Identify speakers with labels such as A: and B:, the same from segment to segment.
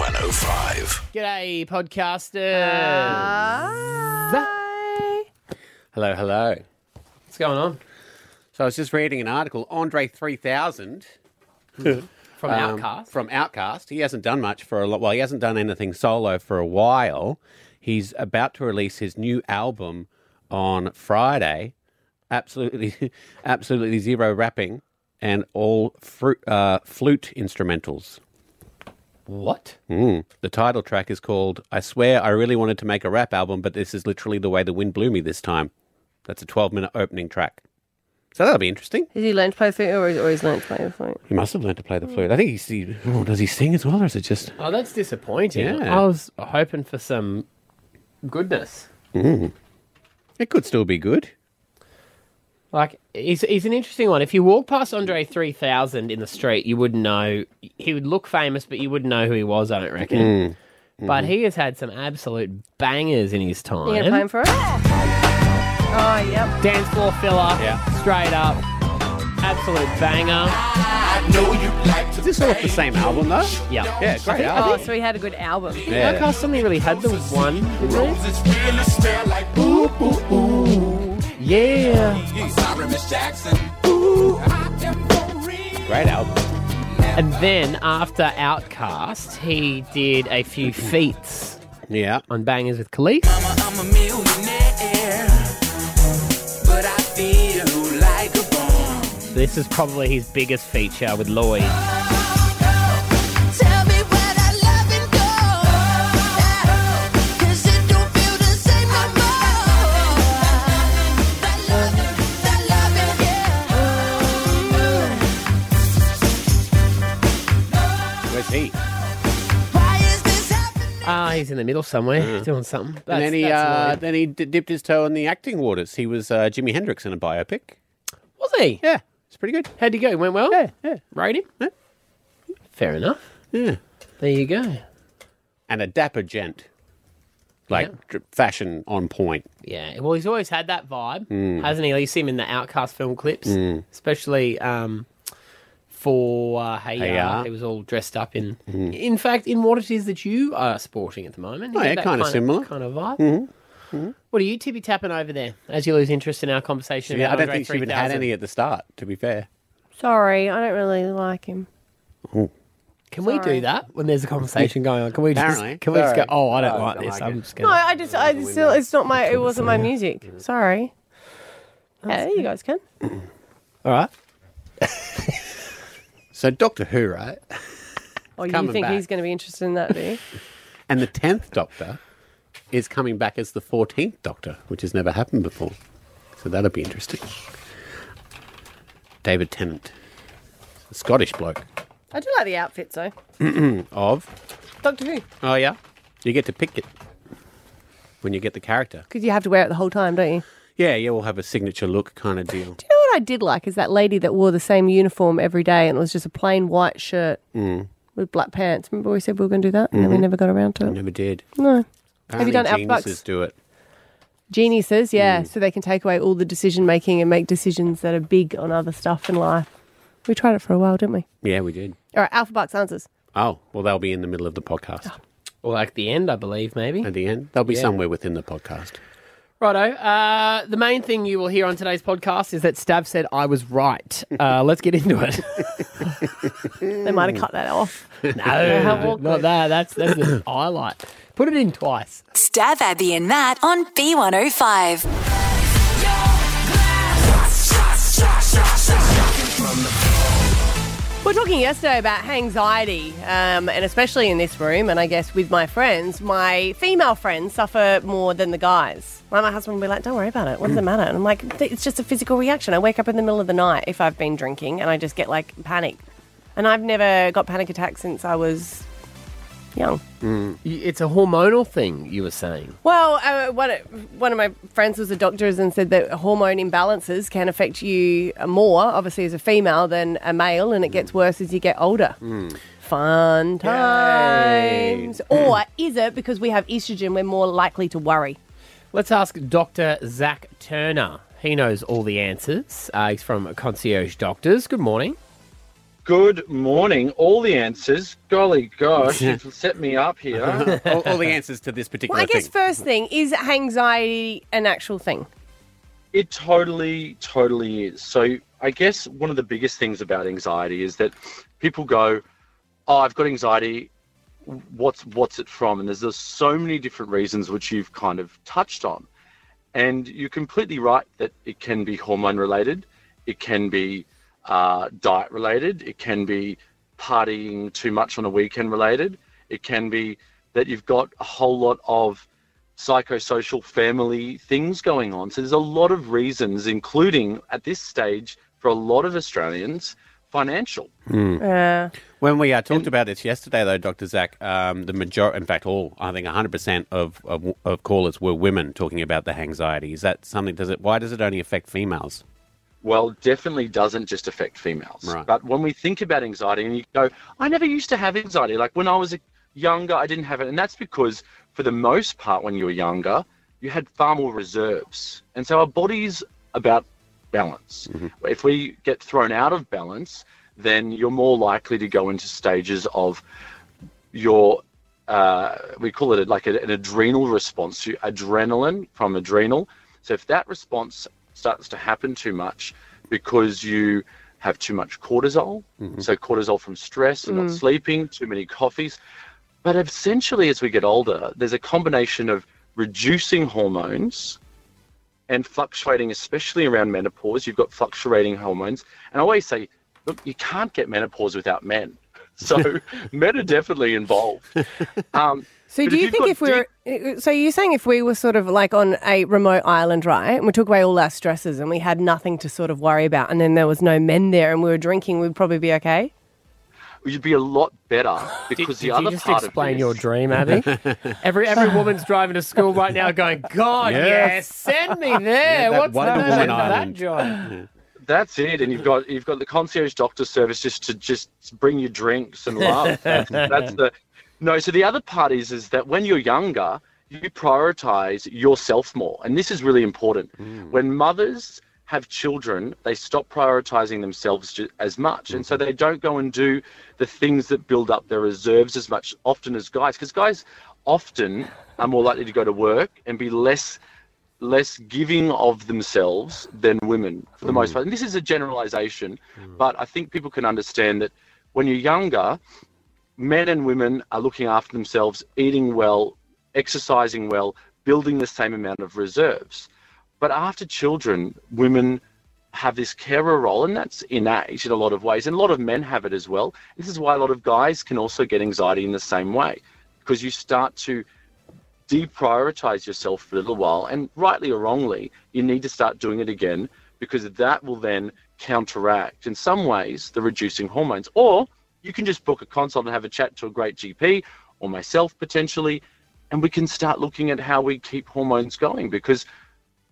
A: oh
B: Dave.
C: G'day, podcasters.
B: Hello, hello.
C: What's going on?
B: So I was just reading an article. Andre 3000
C: From
B: um,
C: Outcast.
B: From Outcast. He hasn't done much for a lot. Well, he hasn't done anything solo for a while. He's about to release his new album on Friday. Absolutely, absolutely zero rapping and all fruit, uh, flute instrumentals.
C: What?
B: Mm. The title track is called I Swear I Really Wanted to Make a Rap Album, but this is literally the way the wind blew me this time. That's a 12 minute opening track. So that'll be interesting.
D: Has he learned to play the flute or, or he's learned to play the flute?
B: He must have learned to play the flute. I think he's, he oh, does he sing as well, or is it just
C: Oh, that's disappointing.
B: Yeah.
C: I was hoping for some goodness.
B: mm. it could still be good?
C: Like, he's, he's an interesting one. If you walk past Andre 3000 in the street, you wouldn't know. He would look famous, but you wouldn't know who he was, I don't reckon.
B: Hmm.
C: But he has had some absolute bangers in his
D: You gonna play him
C: time.
D: for us? Oh, yep.
C: Dance floor filler,
B: Yeah.
C: straight up, absolute banger.
B: Is this all off the same album though?
C: Yeah.
B: Yeah, great
D: Oh,
B: album.
D: so he had a good album.
B: Yeah.
C: Outcast only really had the one. didn't they?
A: Roses really smell like ooh, ooh, ooh.
C: Yeah.
A: I'm sorry, Miss Jackson. Ooh, I am for real.
B: Great album.
C: And then after Outcast, he did a few feats
B: Yeah.
C: on Bangers with Khalif.
A: I'm a millionaire, but I feel like a bomb.
C: This is probably his biggest feature with Lloyd.
E: Tell me where that loving goes, 'cause it don't feel the same no more. That loving, that loving, yeah.
B: Where's he?
E: Why is this happening?
C: Ah, he's in the middle somewhere doing something.
B: Uh-huh. and
C: That's-
B: then he
C: that's
B: uh,
C: Lloyd.
B: then he d- dipped his toe in the acting waters. He was uh, Jimi Hendrix in a biopic.
C: was he?
B: Yeah, it's pretty good.
C: How'd he go? Went well?
B: Yeah, yeah,
C: Rate him?
B: Yeah.
C: Fair enough.
B: yeah.
C: There you go.
B: And a dapper gent, like
C: Yeah.
B: dr- fashion on point.
C: Yeah. Well, he's always had that vibe,
B: Hmm.
C: hasn't he? You see him in the Outcast film clips,
B: Mm.
C: especially um, for uh, Hey,
B: Hey
C: Ya.
B: Ya. Hmm.
C: He was all dressed up in. In fact, in what it is that you are sporting at the moment.
B: Oh,
C: He
B: yeah,
C: had that
B: kinda similar. Hmm.
C: Kind of vibe. What are you tippy tapping over there as you lose interest in our conversation?
B: Yeah, I
C: about
B: don't
C: Andre
B: think she even had
C: 3000?
B: any at the start. To be fair,
D: Sorry, I don't really like him.
C: Can we do
D: Sorry.
C: that when there's a conversation going on? Can we just
B: Apparently.
C: can we just go?
B: Sorry.
C: Oh, I don't
B: Oh,
C: like
B: don't
C: this.
B: like
C: I'm
B: it.
C: just
D: No,
C: gonna.
D: I just, I still, it's not my, it wasn't my music. Sorry. Yeah, you guys can.
C: All right.
B: so Doctor Who, right?
C: Oh,
D: Or Oh, you
B: Coming
D: think
B: back.
D: he's going to be interested in that, do you?
B: And the tenth Doctor is coming back as the fourteenth Doctor, which has never happened before. So that'll be interesting. David Tennant, a Scottish bloke
D: I do like the outfits, though.
B: of.
D: Doctor Who.
B: Oh yeah, you get to pick it when you get the character.
D: Because you have to wear it the whole time, don't you?
B: Yeah, you will have a signature look kind of deal.
D: You know what I did like is that lady that wore the same uniform every day and it was just a plain white shirt
B: Mm.
D: with black pants. Remember we said we were going to do that and then we never got around to it.
B: Hmm. Never did.
D: No.
B: Have
D: you done Outbucks?
B: Mm-hmm. geniuses do it?
D: Geniuses, yeah. So they can take away all the decision making and make decisions that are big on other stuff in life. We tried it for a while, didn't we?
B: Yeah, we did.
D: All right, Alpha Bucks answers.
B: Oh, well, they'll be in the middle of the podcast
C: Or like Oh. the end, I believe maybe.
B: at the end. They'll be somewhere within the podcast.
C: Righto. Uh, the main thing you will hear on today's podcast is that Stav said I was right. Uh, let's get into it.
D: They might have cut that off.
C: no, not that. That's that's the highlight. Put it in twice.
F: Stab Abby and Matt on B105.
D: We We're talking yesterday about anxiety, um, and especially in this room, and I guess with my friends, my female friends suffer more than the guys. Like my husband would be like, "Don't worry about it. What does it matter?" And I'm like, "It's just a physical reaction. I wake up in the middle of the night if I've been drinking, and I just get like panic. And I've never got panic attacks since I was young."
C: Y- It's a hormonal thing. You were saying.
D: Well, uh, one, one of my friends was a doctor and said that hormone imbalances can affect you more, obviously, as a female than a male, and it
C: Mm.
D: gets worse as you get older.
B: Hmm.
D: Fun times. Or is it because we have estrogen, we're more likely to worry?
C: Let's ask Dr. Zach Turner. He knows all the answers. Uh, he's from Concierge Doctors. Good morning.
G: Good morning. All the answers. Golly gosh, you've set me up here.
B: all, all the answers to this particular
D: Well, I guess
B: thing.
D: first thing is anxiety an actual thing?
G: It totally, totally is. So I guess one of the biggest things about anxiety is that people go, "Oh, I've got anxiety. What's what's it from?" And there's, there's so many different reasons which you've kind of touched on, and you're completely right that it can be hormone related, it can be uh, diet related, it can be partying too much on a weekend related, it can be that you've got a whole lot of psychosocial family things going on. So there's a lot of reasons, including at this stage for a lot of Australians, financial.
D: Yeah.
B: When we uh, talked about this yesterday, though, Dr. Zach, um, the major, in fact, all, I think 100% of, of, of callers were women talking about the anxiety. Is that something, does it, why does it only affect females?
G: Well, definitely doesn't just affect females.
B: Right.
G: But when we think about anxiety and you go, I never used to have anxiety. Like when I was a- younger, I didn't have it. And that's because, for the most part, when you were younger, you had far more reserves. And so our body's about balance. If we get thrown out of balance, then you're more likely to go into stages of your uh, we call it like a- an adrenal response to adrenaline from adrenal. So if that response starts to happen too much because you have too much cortisol, so cortisol from stress and not sleeping, too many coffees. But essentially, as we get older, there's a combination of reducing hormones and fluctuating, especially around menopause. You've got fluctuating hormones. And I always say, look, you can't get menopause without men. So men are definitely involved. Um,
D: So
G: but
D: do you
G: you've
D: think
G: got
D: if we were so you're saying if we were sort of like on a remote island, right, and we took away all our stresses and we had nothing to sort of worry about and then there was no men there and we were drinking, we'd probably be okay?
G: deep, you'd be a lot better
C: Did,
G: because
C: did
G: the other
C: you just
G: part
C: explain
G: of
C: your
G: this-
C: dream, Abby? every every woman's driving to school right now, going, "God, yes,
B: Yes.
C: send me there."
B: that
C: What's the
B: Wonder
C: name
B: Woman
C: of that
B: Island.
C: job?
G: That's it, and you've got you've got the concierge doctor service just to just bring you drinks and love. that's, that's the no. So the other part is is that when you're younger, you prioritize yourself more, and this is really important.
B: Hmm.
G: When mothers have children, they stop prioritizing themselves ju- as much, and so
B: Mm-hmm.
G: they don't go and do the things that build up their reserves as much often as guys, because guys often are more likely to go to work and be less less giving of themselves than women for the most part. And this is a generalization, but I think people can understand that when you're younger, men and women are looking after themselves, eating well, exercising well, building the same amount of reserves. But after children, women have this carer role, and that's innate in a lot of ways. And a lot of men have it as well. This is why a lot of guys can also get anxiety in the same way, because you start to deprioritize yourself for a little while, and rightly or wrongly, you need to start doing it again because that will then counteract, in some ways, the reducing hormones. Or you can just book a consult and have a chat to a great GP or myself potentially, and we can start looking at how we keep hormones going because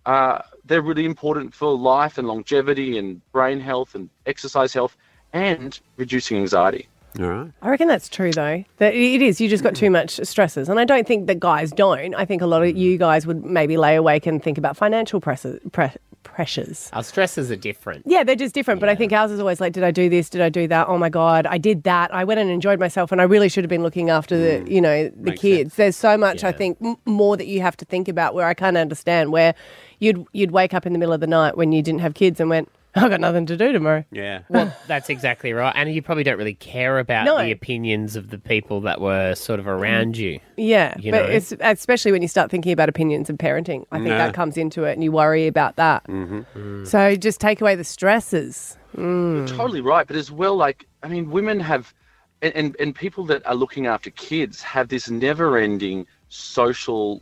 G: uh, they're really important for life and longevity and brain health and exercise health and reducing anxiety.
B: All right.
D: I reckon that's true though. That it is. You just got too much stresses, and I don't think that guys don't. I think a lot of you guys would maybe lay awake and think about financial presses, pre- pressures.
C: Our stresses are different.
D: Yeah, they're just different. But I think ours is always like, did I do this? Did I do that? Oh my god, I did that. I went and enjoyed myself, and I really should have been looking after the, you know, the
B: Makes
D: kids. There's so much I
C: Mm. Yeah.
D: think m- more that you have to think about. Where I can't understand where you'd you'd wake up in the middle of the night when you didn't have kids and went, I've got nothing to do tomorrow.
B: Yeah.
C: Well, that's exactly right. And you probably don't really care about
D: No.
C: the opinions of the people that were sort of around you.
D: Yeah,
C: you
D: but
C: know?
D: it's especially when you start thinking about opinions and parenting. I think that comes into it, and you worry about that.
B: Mm-hmm.
C: Mm.
D: So just take away the stresses. Mm.
C: Hmm.
G: totally right but as well like i mean women have and, and and people that are looking after kids have this never ending social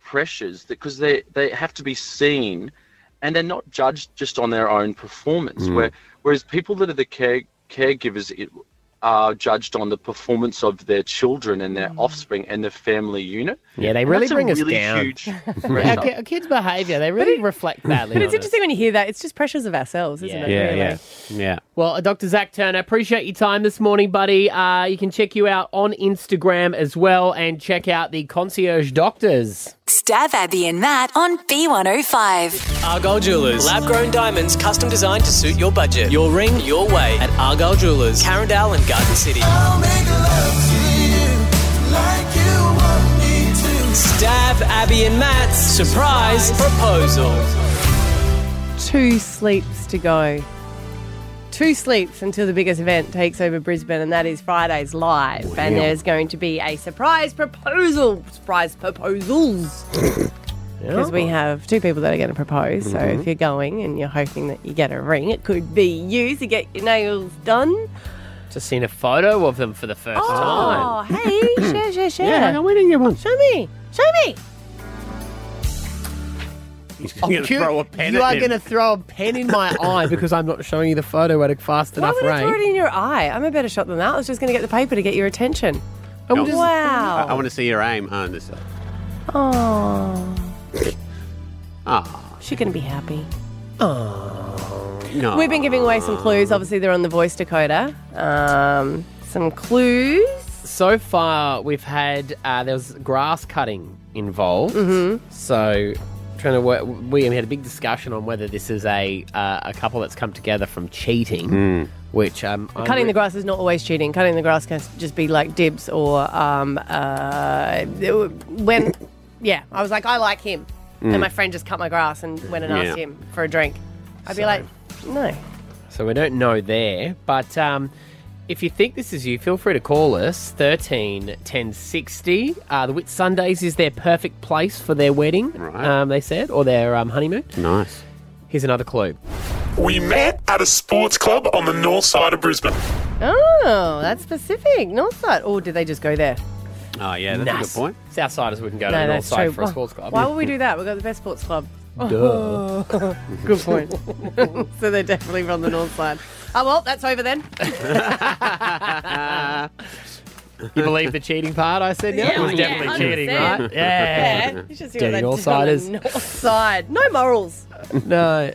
G: pressures because they they have to be seen and they're not judged just on their own performance
C: Hmm.
G: where whereas people that are the care caregivers it, are judged on the performance of their children and their offspring and the family unit
C: Yeah, they
G: And
C: really
G: that's a
C: bring us
G: really
C: down.
G: huge
C: Our,
G: pressure.
C: ki- our kids' behaviour, they really reflect badly.
D: But
C: on
D: it's
C: us.
D: interesting when you hear that. It's just pressures of ourselves, isn't
C: Yeah.
D: it?
B: Yeah,
D: really?
B: yeah, yeah.
C: Well, Dr. Zach Turner, appreciate your time this morning, buddy. Uh, you can check you out on Instagram as well and check out the Concierge Doctors.
F: Stab Abby and Matt on B105.
H: Argyle Jewelers. Lab grown diamonds custom designed to suit your budget. Your ring, your way at Argyle Jewelers, Carindale and Garden City.
A: I'll make love to you like you want me to.
H: Stab Abby and Matt's surprise proposal.
D: Two sleeps to go. Two sleeps until the biggest event takes over Brisbane, and that is Friday's Live. And there's going to be a surprise proposal. Surprise proposals. Because we have two people that are going to propose. So if you're going and you're hoping that you get a ring, it could be you to get your nails done.
C: Just seen a photo of them for the first time.
D: Oh, hey, share, share, share.
B: Yeah, we didn't get one.
D: Show me. Show me.
B: He's going to
C: You-
B: throw a pen
C: Oh, you
B: at
C: are
B: him.
C: going to throw a pen in my eye because I'm not showing you the photo at a fast
D: Why
C: enough
D: would I
C: rate.
D: throw it in your eye? I'm a better shot than that. I was just going to get the paper to get your attention.
C: And
B: Nope.
C: we'll just-
B: I,
D: Wow.
B: want to see your aim on this.
D: Oh,
B: Ah,
D: she can be happy.
B: no.
C: Oh.
D: We've been giving away some clues. Obviously, they're on the Voice Dakota. Um, some clues.
C: So far, we've had uh, there was grass cutting involved.
D: Mm-hmm.
C: So, trying to work, we had a big discussion on whether this is a uh, a couple that's come together from cheating, which um, I'm
D: Cutting
C: re-
D: the grass is not always cheating. Cutting the grass can just be like dibs or um, uh, when. Yeah, I was like, I like him,
C: Mm.
D: and my friend just cut my grass and went and asked
B: Yeah.
D: him for a drink. I'd be like, no.
C: So we don't know there, but um, if you think this is you, feel free to call us 13 1060. Uh, the Whit Sundays is their perfect place for their wedding,
B: Right.
C: um, they said, or their um, honeymoon.
B: nice.
C: Here's another clue.
I: We met at a sports club on the north side of Brisbane.
D: Oh, that's specific. Northside. Or did they just go there?
B: Oh, yeah, that's a
C: Nice.
B: good point.
C: Southsiders wouldn't go to the north
D: that's
C: side
D: true.
C: for a sports club.
D: Why would we do that? We've got the best sports club.
C: Duh.
D: Good point. so they're definitely from the north side. Oh, well, that's over then.
C: You believe the cheating part I said? Yeah, it was
D: yeah,
C: definitely cheating,
D: 100%.
C: right? Yeah.
D: Yeah, you should see
C: Dirty
D: what they did on
C: Northsiders.
D: the north side. No morals.
C: No.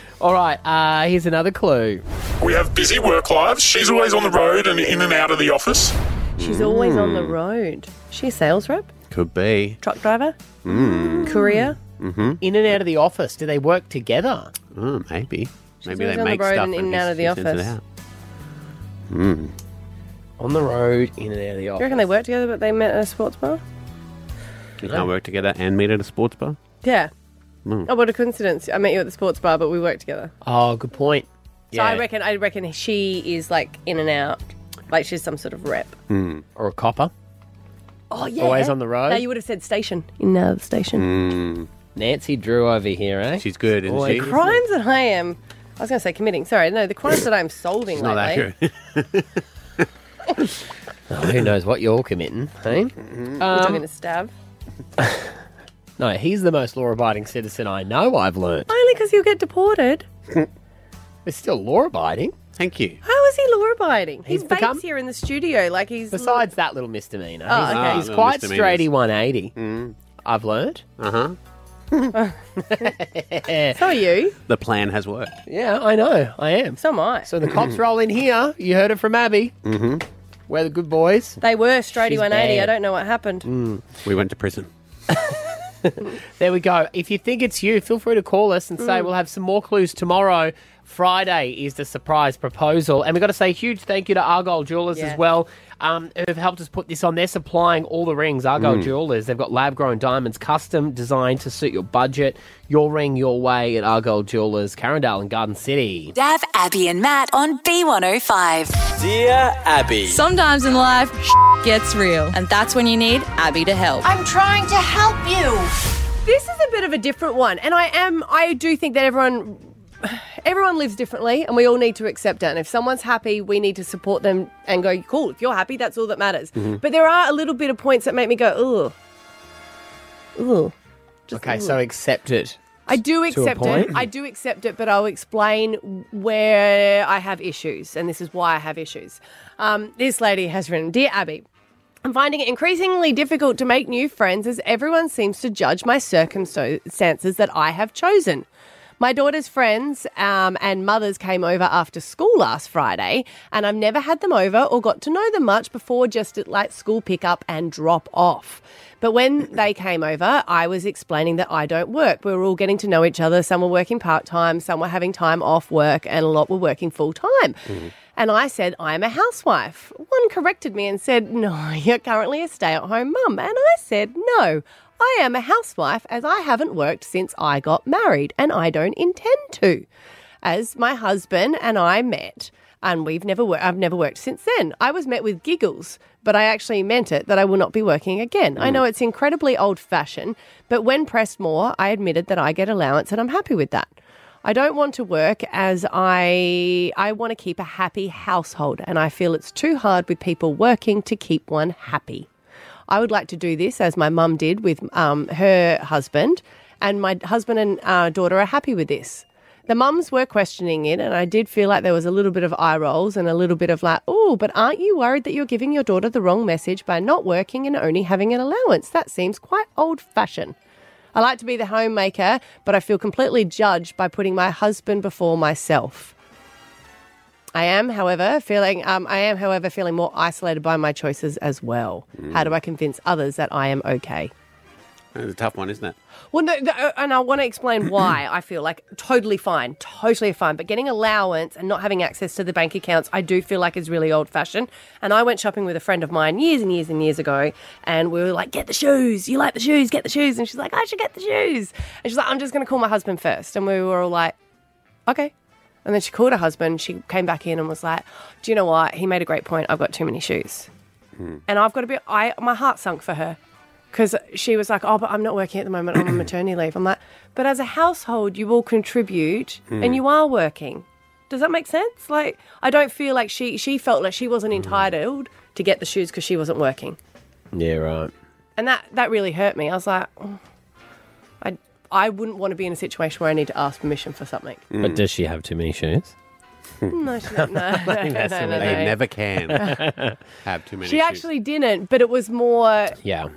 C: All right, uh, here's another clue.
I: We have busy work lives. She's always on the road and in and out of the office.
D: She's always on
B: Hmm.
D: the road. She a sales rep,
B: Could be. Hmm. Mm-hmm.
D: truck driver, courier.
C: Hmm. In and out of the office, do they work together?
B: Oh, maybe. maybe
D: always
B: they
D: on the
B: make
D: road
B: stuff
D: and in and
B: he
D: out of the
B: sends it
D: office.
B: out. Hmm.
C: On the road, in and out of the office.
D: Do you reckon they work together, but they met at a sports bar?
B: You can't work together and meet at a sports bar.
D: Yeah. Oh, what a coincidence! I met you at the sports bar, but we worked together.
C: Oh, good point.
D: So I reckon, I reckon she is like in and out, like she's some sort of rep.
B: Hmm.
C: Or a copper.
D: Oh yeah,
C: Always on the road?
D: No, you would have said station in uh, the station.
C: Nancy Drew over here, eh?
B: Hmm. She's good, isn't
C: Boy,
B: she?
C: cr-
D: crimes that I am. I was going to say committing. Sorry, no, the crimes that I'm solving
B: Not
D: lately.
B: accurate. We're
C: Oh, who knows what you're committing, hey?
D: We're talking to stab.
C: No, he's the most law-abiding citizen I know. I've learned.
D: Only because he'll get deported.
C: It's still law-abiding.
B: Thank you.
D: How is he law abiding?
C: He's
D: He's he vapes
C: become-
D: here in the studio like he's.
C: Besides that little misdemeanor,
D: Oh,
C: he's, he's
D: okay.
B: Ah, little
C: quite
B: misdemeanors.
C: straighty 180.
B: Hmm.
C: I've learned.
B: Uh-huh.
D: so are you.
B: The plan has worked.
C: Yeah, I know. I am.
D: So am I.
C: So the cops roll in here. You heard it from Abby. Mm-hmm. We're the good boys.
D: they were straighty
C: She's
D: 180.
C: bad.
D: I don't know what happened.
B: We went to prison.
C: There we go. If you think it's you, feel free to call us and
D: Mm.
C: say we'll have some more clues tomorrow. Friday is the surprise proposal. And we've got to say a huge thank you to Argyle Jewelers
D: Yeah.
C: as well, um, who've helped us put this on. They're supplying all the rings, Argyle Jewelers. They've got lab grown diamonds, custom designed to suit your budget. Your ring, your way at Argyle Jewelers, Carindale and Garden City.
F: Dab Abby and Matt on B105.
H: Dear Abby.
J: Sometimes in life, gets real, and that's when you need Abby to help.
E: I'm trying to help you.
D: This is a bit of a different one, and I am. I do think that everyone. Everyone lives differently, and we all need to accept it. And if someone's happy, we need to support them and go, cool, if you're happy, that's all that matters.
C: Mm-hmm.
D: But there are a little bit of points that make me go, ugh. Ugh.
C: Okay, so accept it.
D: I do accept it.
C: point.
D: I do accept it, but I'll explain where I have issues, and this is why I have issues. Um, this lady has written Dear Abby, I'm finding it increasingly difficult to make new friends as everyone seems to judge my circumstances that I have chosen. My daughter's friends um, and mothers came over after school last Friday, and I've never had them over or got to know them much before just at like school pickup and drop off. But when they came over, I was explaining that I don't work. We were all getting to know each other. Some were working part time, some were having time off work, and a lot were working full time. And I said, I'm a housewife. One corrected me and said, No, you're currently a stay at home mum. And I said, No, I am a housewife as I haven't worked since I got married and I don't intend to. As my husband and I met, and we've never wor- I've never worked since then. I was met with giggles, but I actually meant it that I will not be working again. I know it's incredibly old fashioned, but when pressed more, I admitted that I get allowance and I'm happy with that. I don't want to work as I I want to keep a happy household and I feel it's too hard with people working to keep one happy. I would like to do this as my mum did with um, her husband, and my husband and uh, daughter are happy with this. The mums were questioning it, and I did feel like there was a little bit of eye rolls and a little bit of like, oh, but aren't you worried that you're giving your daughter the wrong message by not working and only having an allowance? That seems quite old fashioned. I like to be the homemaker, but I feel completely judged by putting my husband before myself. I am, however, feeling um, I am, however, feeling more isolated by my choices as well.
B: Mm.
D: How do I convince others that I am okay?
B: It's a tough one, isn't it?
D: Well, no, th- uh, and I want to explain why I feel like totally fine, totally fine. But getting allowance and not having access to the bank accounts, I do feel like is really old fashioned. And I went shopping with a friend of mine years and years and years ago, and we were like, "Get the shoes. You like the shoes? Get the shoes." And she's like, "I should get the shoes." And she's like, "I'm just going to call my husband first. And we were all like, "Okay." And then she called her husband. She came back in and was like, "Do you know what? He made a great point. I've got too many shoes." And I've got to be, I, my heart sunk for her because she was like, oh, but I'm not working at the moment. I'm on maternity leave. I'm like, but as a household, you all contribute
K: Hmm.
B: Mm.
D: and you are working. Does that make sense? Like, I don't feel like she, she felt like she wasn't entitled to get the shoes because she wasn't working.
C: Yeah, right.
D: And that, that really hurt me. I was like, oh, I, I wouldn't want to be in a situation where I need to ask permission for something.
B: Hmm.
C: But does she have too many shoes?
D: No, she- no, no, no,
B: They
D: no, no, no.
B: never can have too many.
D: She
B: shoes.
D: actually didn't, but it was more
C: Yeah.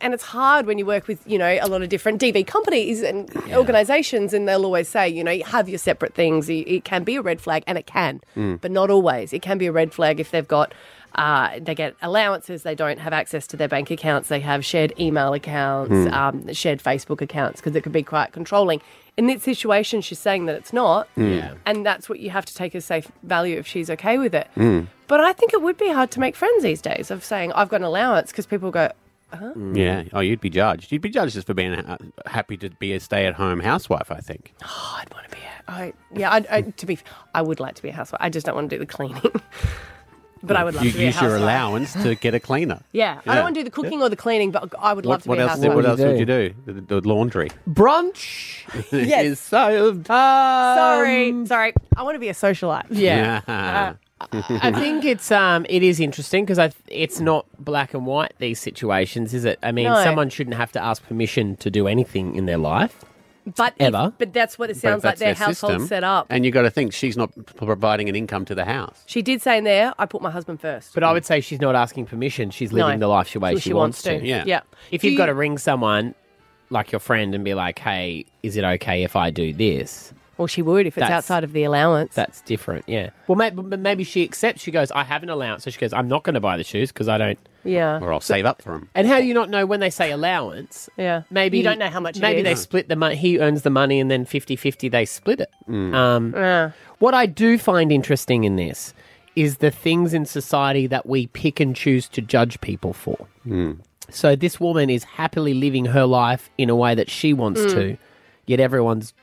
D: and it's hard when you work with you know a lot of different DV companies and organisations, and they'll always say you know you have your separate things. It, it can be a red flag, and it can,
K: Mm.
D: but not always. It can be a red flag if they've got. Uh, they get allowances. They don't have access to their bank accounts. They have shared email accounts,
K: Mm.
D: um, shared Facebook accounts, because it could be quite controlling. In this situation, she's saying that it's not,
K: Mm. Yeah.
D: and that's what you have to take as safe value if she's okay with it.
K: Mm.
D: But I think it would be hard to make friends these days of saying I've got an allowance because people go, huh?
B: Yeah. Oh, you'd be judged. You'd be judged just for being ha- happy to be a stay-at-home housewife. I think.
D: I yeah, I, I to be, I would like to be a housewife. I just don't want to do the cleaning, but I would love
B: you
D: to be a
B: use your
D: housewife.
B: allowance to get a cleaner.
D: Yeah, I don't want to do the cooking or the cleaning, but I would
B: What,
D: love to
B: what
D: be a
B: else?
D: housewife.
B: What else would you do? The, the laundry.
C: Brunch.
D: Yes.
B: Is so
D: sorry, sorry. I want to be a socialite.
C: Yeah. I think it's um it is interesting because I th- it's not black and white these situations, is it? I mean,
D: No.
C: someone shouldn't have to ask permission to do anything in their life.
D: but if-
C: Ever.
D: but that's what it
B: But
D: sounds like.
B: that's
D: Their, household
B: system,
D: set up.
B: And you got to think she's not p- providing an income to the house.
D: She did say in there, I put my husband first.
C: But I would say she's not asking permission. She's
D: No.
C: living the life she way
D: So
C: she, wants, to.
D: Yeah. Yeah.
C: If
D: Do
C: you've got to
D: you-
C: ring someone like your friend and be like, "Hey, is it okay if I do this?"
D: Well, she would if it's
C: That's-
D: outside of the allowance.
C: That's different. Yeah. Well, maybe, maybe she accepts. She goes, "I have an allowance," so she goes, "I'm not going to buy the shoes because I don't."
D: Yeah.
B: Or I'll save up for them.
C: And how do you not know when they say allowance?
D: Yeah.
C: Maybe
D: you don't know how much.
C: Maybe
D: it
C: they
D: is.
C: split the money. He earns the money, and then 50-50 they split it.
B: Mm.
C: Um, What I do find interesting in this is the things in society that we pick and choose to judge people for.
B: Mm.
C: So this woman is happily living her life in a way that she wants
D: Mm.
C: to, yet everyone's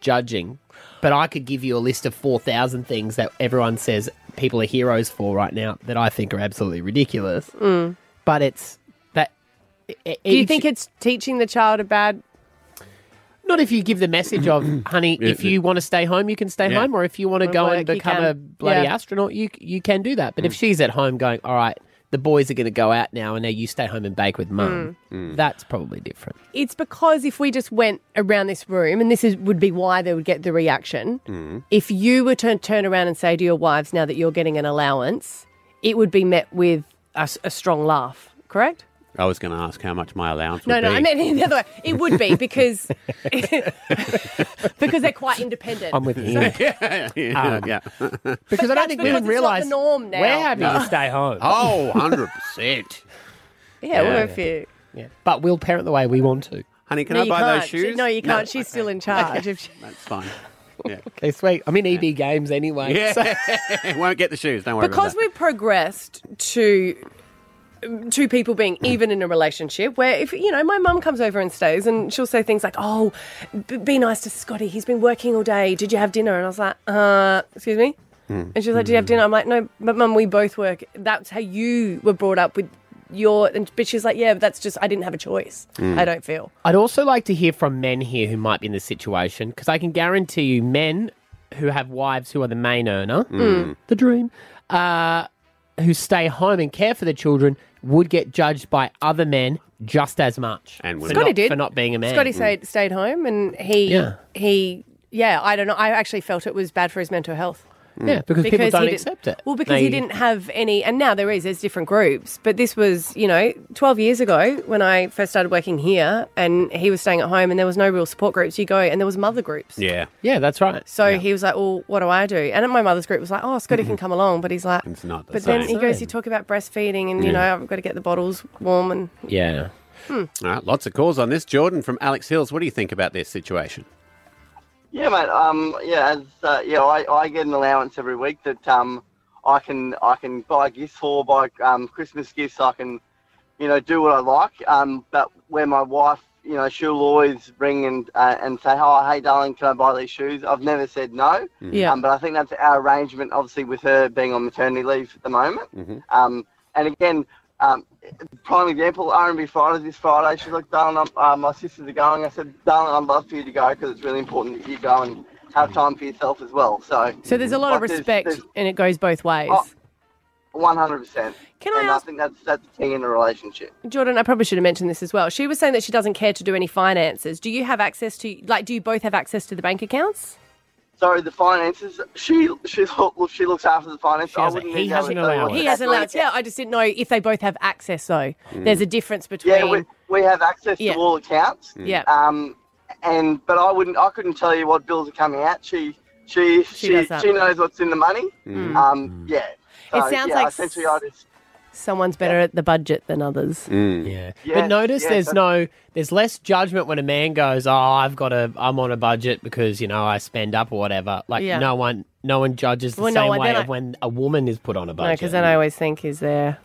C: judging. But I could give you a list of 4,000 things that everyone says people are heroes for right now that I think are absolutely ridiculous.
D: Mm.
C: But it's that. e-,
D: Do you think it's teaching the child a bad?
C: Not if you give the message of, honey, if,
D: If it-
C: you want to stay home, you can stay
D: Yeah.
C: home, or if you want to
D: Or
C: go
D: work,
C: and
D: you
C: become
D: can.
C: a bloody
D: Yeah.
C: astronaut, you you can do that. But if she's at home going, all right, the boys are going to go out now, and now you stay home and bake with mum,
D: Mm.
C: that's probably different.
D: It's because if we just went around this room, and this is would be why they would get the reaction. If you were to turn around and say to your wives now that you're getting an allowance, it would be met with a, s- a strong laugh, correct?
B: I was going to ask how much my allowance
D: No,
B: would
D: no,
B: be.
D: I meant the other way. It would be because because they're quite independent.
C: I'm with you.
B: yeah, yeah,
C: Um,
B: yeah.
C: Because I don't think we would
D: because it's not
C: realise
D: the norm now.
C: we're happy
B: No.
C: to stay home.
B: Oh, 100%.
D: Yeah,
B: Yeah.
D: we're a few.
C: Yeah. But we'll parent the way we want to.
B: Honey, can
D: no,
B: I
D: you
B: buy
D: can't.
B: those shoes?
D: No, you can't. She's still in charge. If she-
B: That's fine. Yeah.
C: Okay, sweet. I'm in EB games anyway. so-
B: yeah. Won't get the shoes. Don't worry
D: because
B: about
D: we've progressed to um, two people being
B: Mm.
D: even in a relationship where if you know my mum comes over and stays and she'll say things like oh b- be nice to scotty he's been working all day did you have dinner and i was like uh excuse me
B: Hmm.
D: and she's like did you have dinner i'm like no but mum we both work that's how you were brought up with your and but she's like yeah but that's just i didn't have a choice
B: Hmm.
D: i don't feel
C: I'd also like to hear from men here who might be in this situation because I can guarantee you, men who have wives who are the main earner,
B: Hmm.
C: Mm. the dream, uh, who stay home and care for their children would get judged by other men just as much.
B: And
C: for
B: women.
C: not,
D: Scotty did.
C: for not being a man.
D: Scotty stayed, stayed home and he
C: Yeah.
D: he yeah, I don't know. I actually felt it was bad for his mental health.
C: yeah, because, people
D: he
C: don't
D: didn't-
C: accept it.
D: Well, because he
C: They-
D: didn't have any, and now there is. There's different groups, but this was, you know, 12 years ago when I first started working here, and he was staying at home, and there was no real support groups. You go, and there was mother groups.
B: that. Mm. Yeah.
C: Yeah, Mm-hmm. that's right.
D: So he was like, "Well, what do I do?" And my mother's group was like, "Oh, Scotty can come along," but he's like,
B: It's not the
D: But
B: same.
D: then he goes, "You talk about breastfeeding, and you know, I've got to get the bottles warm." And
C: Yeah.
D: Hmm.
B: All right, lots of calls on this. Jordan from Alex Hills, what do you think about this situation?
K: Yeah, mate. Um, yeah, as, uh, yeah, I, I get an allowance every week that um, I can I can buy gifts for, buy um, Christmas gifts. I can, you know, do what I like. Um, but where my wife, you know, she'll always ring and uh, and say, "Oh, hey, darling, can I buy these shoes?" I've never said no.
D: Yeah.
K: Um, but I think that's our arrangement, obviously, with her being on maternity leave at the moment.
B: Mm-hmm.
K: Um, and again, um, prime example, R&B Fridays this Friday. She's like, darling, I'm, uh, my sisters are going. I said, darling, I'd love for you to go because it's really important that you go and have time for yourself as well. So,
D: so there's a lot of
K: like, there's-
D: respect,
K: there's
D: and it goes both ways.
K: Oh, 100%.
D: Can
K: and I, think that's that's the key in a relationship.
D: Jordan, I probably should have mentioned this as well. She was saying that she doesn't care to do any finances. Do you have access to, like, do you both have access to the bank accounts?
K: So the finances, she she look, look, she looks after the finances.
D: She
K: I
D: has a-
K: wouldn't
D: he
K: even
D: has
K: be
C: an
K: able to tell you what
C: allowance.
D: He
K: the
D: has
K: actual
D: allowance. Yeah, I just didn't know if they both have access, though. There's a difference between.
K: Mm. Yeah, we, we have access
D: Yeah.
K: to all accounts.
D: Yeah.
K: Um, and but I wouldn't, I couldn't tell you what bills are coming out. She she she
D: does
K: she,
D: that.
K: knows what's in the money.
D: Mm.
K: Um, yeah.
D: It
K: So,
D: sounds
K: yeah,
D: like
K: essentially I just
D: Someone's better at the budget than others.
C: Yeah.
K: Mm. Yeah,
C: but notice
K: yeah,
C: there's
K: that's-
C: no there's less judgment when a man goes, "Oh, I've got a I'm on a budget because, you know, I spend up or whatever." Like
D: Yeah.
C: no one no one judges the
D: Well, no,
C: same
D: and
C: way
D: then
C: of
D: I-
C: when a woman is put on a
D: No,
C: budget.
D: because then I always think, is there.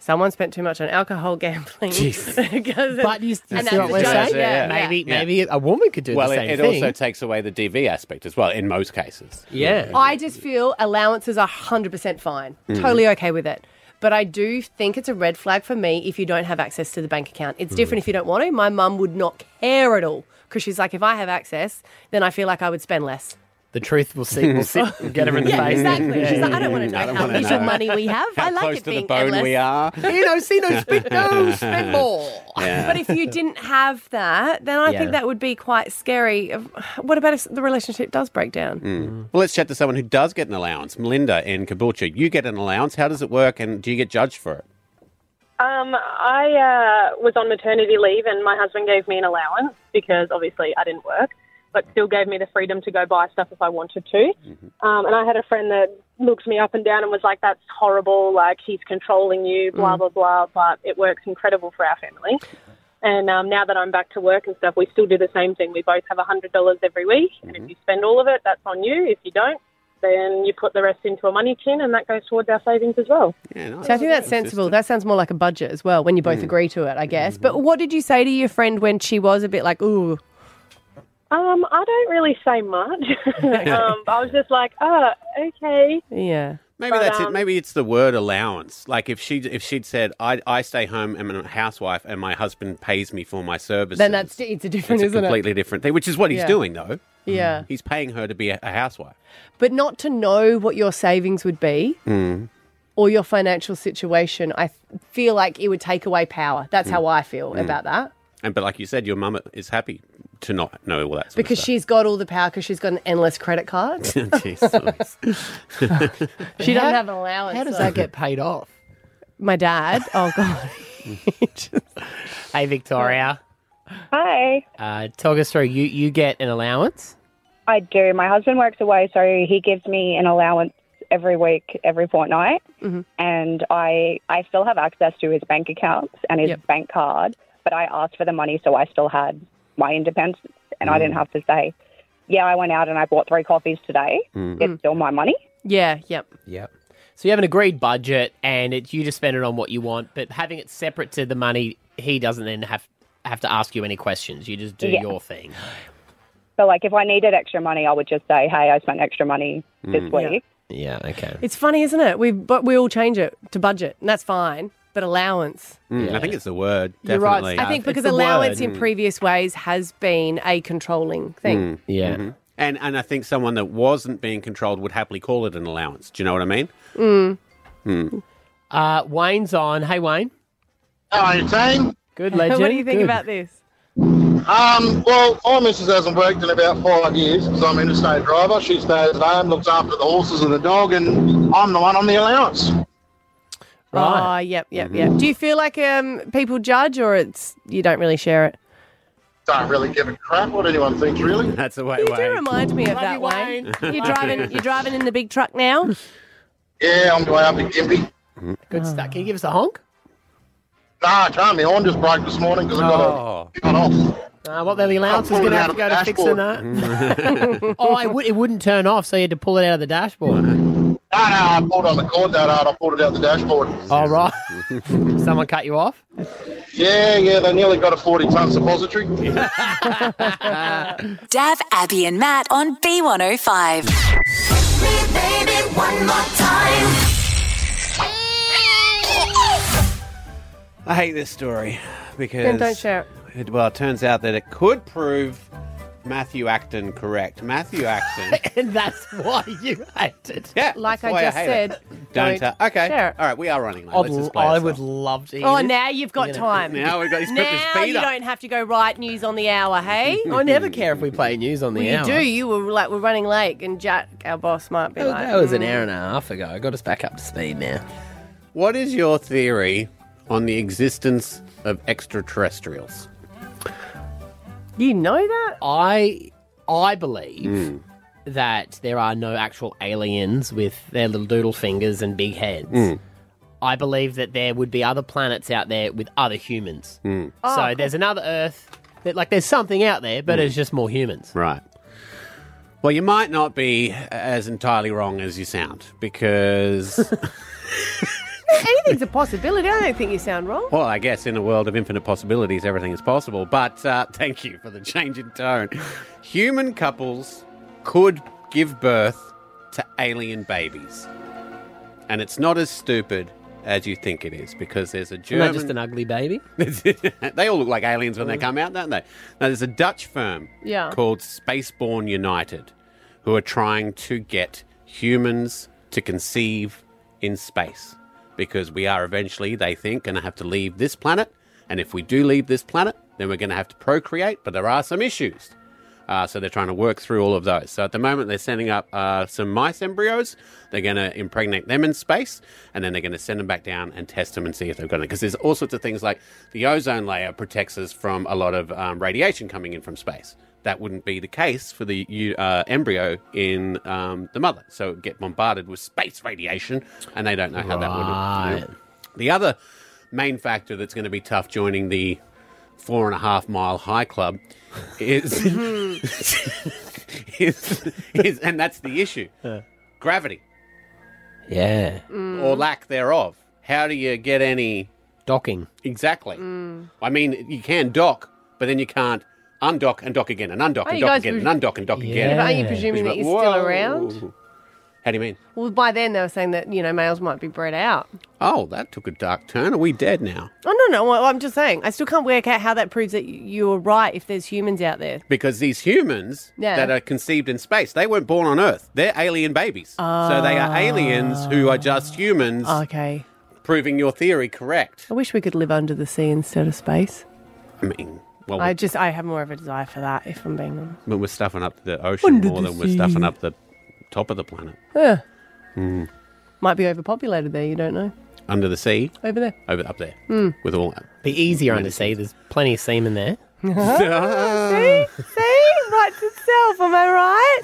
D: Someone spent too much on alcohol gambling.
C: but
D: but
C: you see
D: and
C: what
D: that's the
C: we're
D: judge,
C: saying?
D: yeah, yeah.
C: Maybe maybe a woman could do
B: well,
C: the
B: it,
C: same
B: it
C: thing.
B: also takes away the DV aspect as well, in most cases.
C: yeah.
D: I just feel allowances are 100% fine.
B: Mm.
D: Totally okay with it. But I do think it's a red flag for me if you don't have access to the bank account. It's different
B: Mm.
D: if you don't want to. My mum would not care at all because she's like, if I have access, then I feel like I would spend less.
C: the truth will see will sit and get her in the
D: Yeah,
C: face.
D: exactly. She's like, I don't want to
B: Mm, I
D: know
B: don't
D: how
B: wanna
D: little
B: know.
D: money we have.
B: How
D: I like
B: close
D: it
B: to the
D: being
B: bone
D: endless.
B: we are.
C: You know, see no spit no, spend more.
D: Oh, But if you didn't have that, then I
C: Yeah.
D: think that would be quite scary. Of- What about if the relationship does break down?
B: Mm. Well, let's chat to someone who does get an allowance. Melinda in Caboolture, you get an allowance. How does it work and do you get judged for it?
L: Um, I uh, was on maternity leave, and my husband gave me an allowance because obviously I didn't work, but still gave me the freedom to go buy stuff if I wanted to. Um, and I had a friend that looked me up and down and was like, "That's horrible! Like he's controlling you,
D: Mm.
L: blah blah blah." But it works incredible for our family. And um, now that I'm back to work and stuff, we still do the same thing. We both have a hundred dollars every week, and if you
D: Mm-hmm.
L: spend all of it, that's on you. If you don't, then you put the rest into a money tin, and that goes towards our savings as well.
B: Yeah, nice.
D: So I think that's sensible. That sounds more like a budget as well when you
B: Hmm.
D: both agree to
B: Mm-hmm.
D: it, I guess. But what did you say to your friend when she was a bit like, ooh,
L: Um, I don't really say much. um, I was just like, oh, okay.
D: yeah.
B: Maybe
L: But,
B: that's it.
L: um,
B: Maybe it's the word allowance. Like if she if she'd said, I, I stay home, I'm a housewife, and my husband pays me for my services.
D: Then that's it's a different,
B: it's a
D: isn't
B: completely different thing, which is what he's
D: Yeah.
B: doing though.
D: it? Yeah.
B: He's paying her to be a, a housewife.
D: But not to know what your savings would be or your financial situation, I feel like it would take away power. That's
B: Hmm.
D: how I feel about that.
B: And but like you said, your mum is happy to not know all that sort
D: Because
B: of
D: she's got all the power because she's got an endless credit card.
B: stuff. Jeez, Louise.
D: She doesn't
C: How-
D: have an allowance.
C: How does
D: so-
C: that get paid off?
D: My dad, oh God,
C: hey, Victoria.
M: Hi.
C: Uh, talk us through. You you get an allowance.
M: I do. My husband works away, so he gives me an allowance every week, every fortnight, and I I still have access to his bank accounts and his bank card. But I asked for the money, so I still had my independence, and I didn't
D: Mm.
M: have to say, "Yeah, I went out and I bought three coffees today."
C: Mm.
M: It's still my money.
D: Yeah. Yep.
C: Yep. So you have an agreed budget, and it's you just spend it on what you want. But having it separate to the money, he doesn't then have have to ask you any questions. You just do
M: Yeah.
C: your thing.
M: So, like, if I needed extra money, I would just say, "Hey, I spent extra money
B: Hmm.
M: this
C: Mm. Yeah.
M: week."
C: Yeah. Okay.
D: It's funny, isn't it? We but we all change it to budget, and that's fine. But allowance.
B: Mm, I think it's the word.
D: You're
B: Definitely.
D: right. I think because allowance in previous ways has been a controlling thing.
B: Mm, mhm. And and I think someone that wasn't being controlled would happily call it an allowance. Do you know what I mean?
C: Mm.
B: Mm.
C: Uh, Wayne's on. Hey, Wayne.
N: Hi, team.
C: Good legend.
D: what do you think
C: Good.
D: about this?
N: Um, well, my missus hasn't worked in about five years because I'm an interstate driver. She stays at home, looks after the horses and the dog, and I'm the one on the allowance.
D: Ah, yep, yep, yep. Do you feel like um, people judge, or it's you don't really share it?
N: Don't really give a crap what anyone thinks, really.
B: That's the way.
D: You do remind me of that, Wayne.
N: Wayne.
D: You're driving. You're driving in the big truck now.
N: Yeah, on the way up to Gympie.
D: Oh.
C: Good stuff. Can you give us a honk?
N: Nah, I can't. My horn just broke this morning because I
B: Oh.
N: got, a- got off.
C: Uh, well, then the allowance is
N: pulled
C: going to
N: it
C: have to
N: out
C: go to
N: of the
C: fixing that.
N: dashboard.
C: oh, I would, it wouldn't turn off, so you had to pull it out of the dashboard.
N: No, no, I pulled on the cord that hard. I pulled it out the dashboard.
C: All right. Someone cut you off?
N: Yeah, yeah, they nearly got a 40 ton suppository.
F: Dab, Abby, and Matt on B105.
B: I hate this story because
D: Then don't share it.
B: It- well, it turns out that it could prove Matthew Acton correct. Matthew Acton.
C: and that's why you hate it.
B: Yeah,
D: like
B: why
D: I
B: I
D: just
B: hate
D: said.
B: Don't uh, tell. Okay.
D: share it.
B: All right, we are running late.
C: I'd
B: Let's just
C: l-
B: play
C: I
B: us
C: would
B: off.
C: love to.
D: Oh, now you've got time.
B: Now we've got he's put his
D: Now
B: feet
D: you
B: up.
D: don't have to go write news on the hour, hey?
C: I never care if we play news on the
D: Well, you
C: hour.
D: do. You were like, we're running late, and Jack, our boss, might be
C: That was-
D: like,
C: Oh, that was an
D: "Mm."
C: hour and a half ago. I got us back up to speed now.
B: What is your theory on the existence of extraterrestrials?
D: You know that?
C: I I believe
B: Hmm.
C: that there are no actual aliens with their little doodle fingers and big heads.
B: Mm.
C: I believe that there would be other planets out there with other humans.
B: Mm.
D: Oh,
C: so there's another Earth. That, like there's something out there,
B: Mm.
C: but it's just more humans.
B: Right. Well, you might not be as entirely wrong as you sound because,
D: Anything's a possibility. I don't think you sound wrong.
B: well, I guess in a world of infinite possibilities, everything is possible. But uh, thank you for the change in tone. Human couples could give birth to alien babies. And it's not as stupid as you think it is because there's a
C: Isn't
B: German.
C: that just an ugly baby?
B: they all look like aliens when they come out, don't they? Now, there's a Dutch firm
C: Yeah.
B: called Spaceborn United who are trying to get humans to conceive in space because we are eventually, they think, going to have to leave this planet. And if we do leave this planet, then we're going to have to procreate, but there are some issues. Uh, so they're trying to work through all of those. So at the moment, they're sending up uh, some mice embryos. They're going to impregnate them in space, and then they're going to send them back down and test them and see if they've got it. Because there's all sorts of things like the ozone layer protects us from a lot of um, radiation coming in from space. That wouldn't be the case for the eu- uh, embryo in um, the mother. So it would get bombarded with space radiation, and they don't know how that would. The other main factor that's going to be tough joining the four and a half mile high club is, is, is and that's the issue gravity
C: Yeah.
D: Mm.
B: or lack thereof how do you get any
C: docking
B: exactly i mean you can dock but then you can't undock and dock again and undock
D: Aren't
B: and
D: you
B: dock
D: guys
B: again
D: pre-
B: and undock and dock again
D: Yeah, but aren't you
B: Which is
D: presuming
B: like,
D: that you're still
B: whoa.
D: around?
B: how do you mean
D: Well, by then they were saying that you know males might be bred out.
B: oh that took a dark turn are we dead now
D: Oh no, no. Well, I'm just saying. I still can't work out how that proves that you're right. If there's humans out there,
B: because these humans
D: Yeah.
B: that are conceived in space, they weren't born on Earth. They're alien babies. So they are aliens who are just humans.
D: Okay.
B: Proving your theory correct.
D: I wish we could live under the sea instead of space.
B: I mean, well,
D: I just I have more of a desire for that. If I'm being honest.
B: we're stuffing up the ocean
D: Under
B: more
D: the
B: than we're
D: sea.
B: stuffing up the top of the planet.
D: Yeah.
B: Mm.
D: Might be overpopulated there. You don't know.
B: under the sea,
C: Over there.
B: over up there,
C: Hmm.
B: with all.
C: Be easier under sea. There's plenty of semen there.
D: see, see, writes itself. Am I right?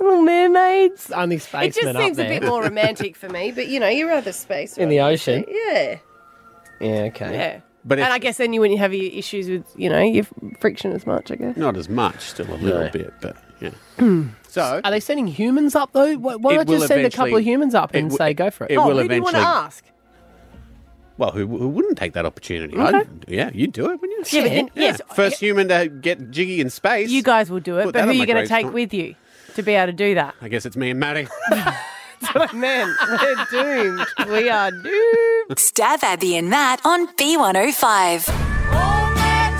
D: Little mermaids.
C: Only
D: It just
C: spacemen up
D: seems a
C: there.
D: bit more romantic for me, but you know, you're rather space
C: In the ocean.
D: Yeah,
C: Yeah. Okay.
D: yeah.
B: But
D: and
B: if-
D: I guess then you wouldn't have your issues with you know your f- friction as much. I guess.
B: Not as much, still a little bit, but yeah. So,
C: are they sending humans up though? Why why
B: It
C: not
B: will
C: just send a couple of
B: eventually-
C: humans up
B: it
C: and
B: wi-
C: say go for it?
B: it Oh, will who do you wanna eventually-
D: ask?
B: Well, who, who wouldn't take that opportunity?
D: Okay.
B: I'd- Yeah, you'd do it, wouldn't you?
D: Yeah, but then- yes,
B: First human to get jiggy in space.
D: You guys will do it,
B: Put
D: but
B: that
D: who are
B: on my
D: you going to
B: gravestone.
D: take with you to be able to do that?
B: I guess it's me and Maddie.
D: Man, we're doomed. We are doomed.
F: Stab Abby and Matt on B105.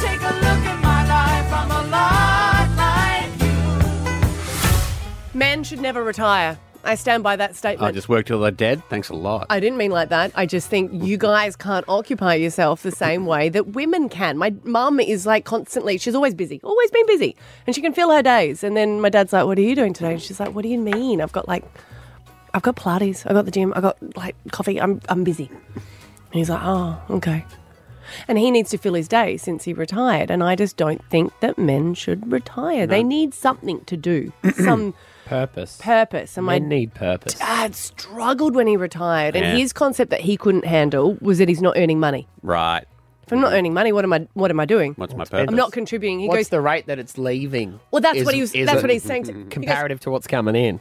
E: Take a look at my life. I'm a lot like
D: Men should never retire. I stand by that statement.
B: I just work till they're dead. Thanks a lot.
D: I didn't mean like that. I just think you guys can't occupy yourself the same way that women can. My mum is like constantly, she's always busy, always been busy, and she can fill her days. And then my dad's like, What are you doing today? And she's like, What do you mean? I've got like, I've got Pilates, I've got the gym, I've got like coffee, I'm, I'm busy. And he's like, Oh, okay. And he needs to fill his day since he retired. And I just don't think that men should retire. They need something to do, some
C: Purpose.
D: purpose. And my
C: Men need purpose.
D: dad struggled when he retired, and
C: Yeah.
D: his concept that he couldn't handle was that he's not earning money.
B: Right.
D: If I'm not earning money, what am I? What am I doing?
B: What's my
C: purpose?
D: I'm not contributing. He
C: What's
D: goes
C: the rate that it's leaving?
D: Well, that's
C: is-
D: what he was-
C: is
D: that's
C: a- Mm-hmm.
D: what he's saying to- he goes-
C: comparative to what's coming in.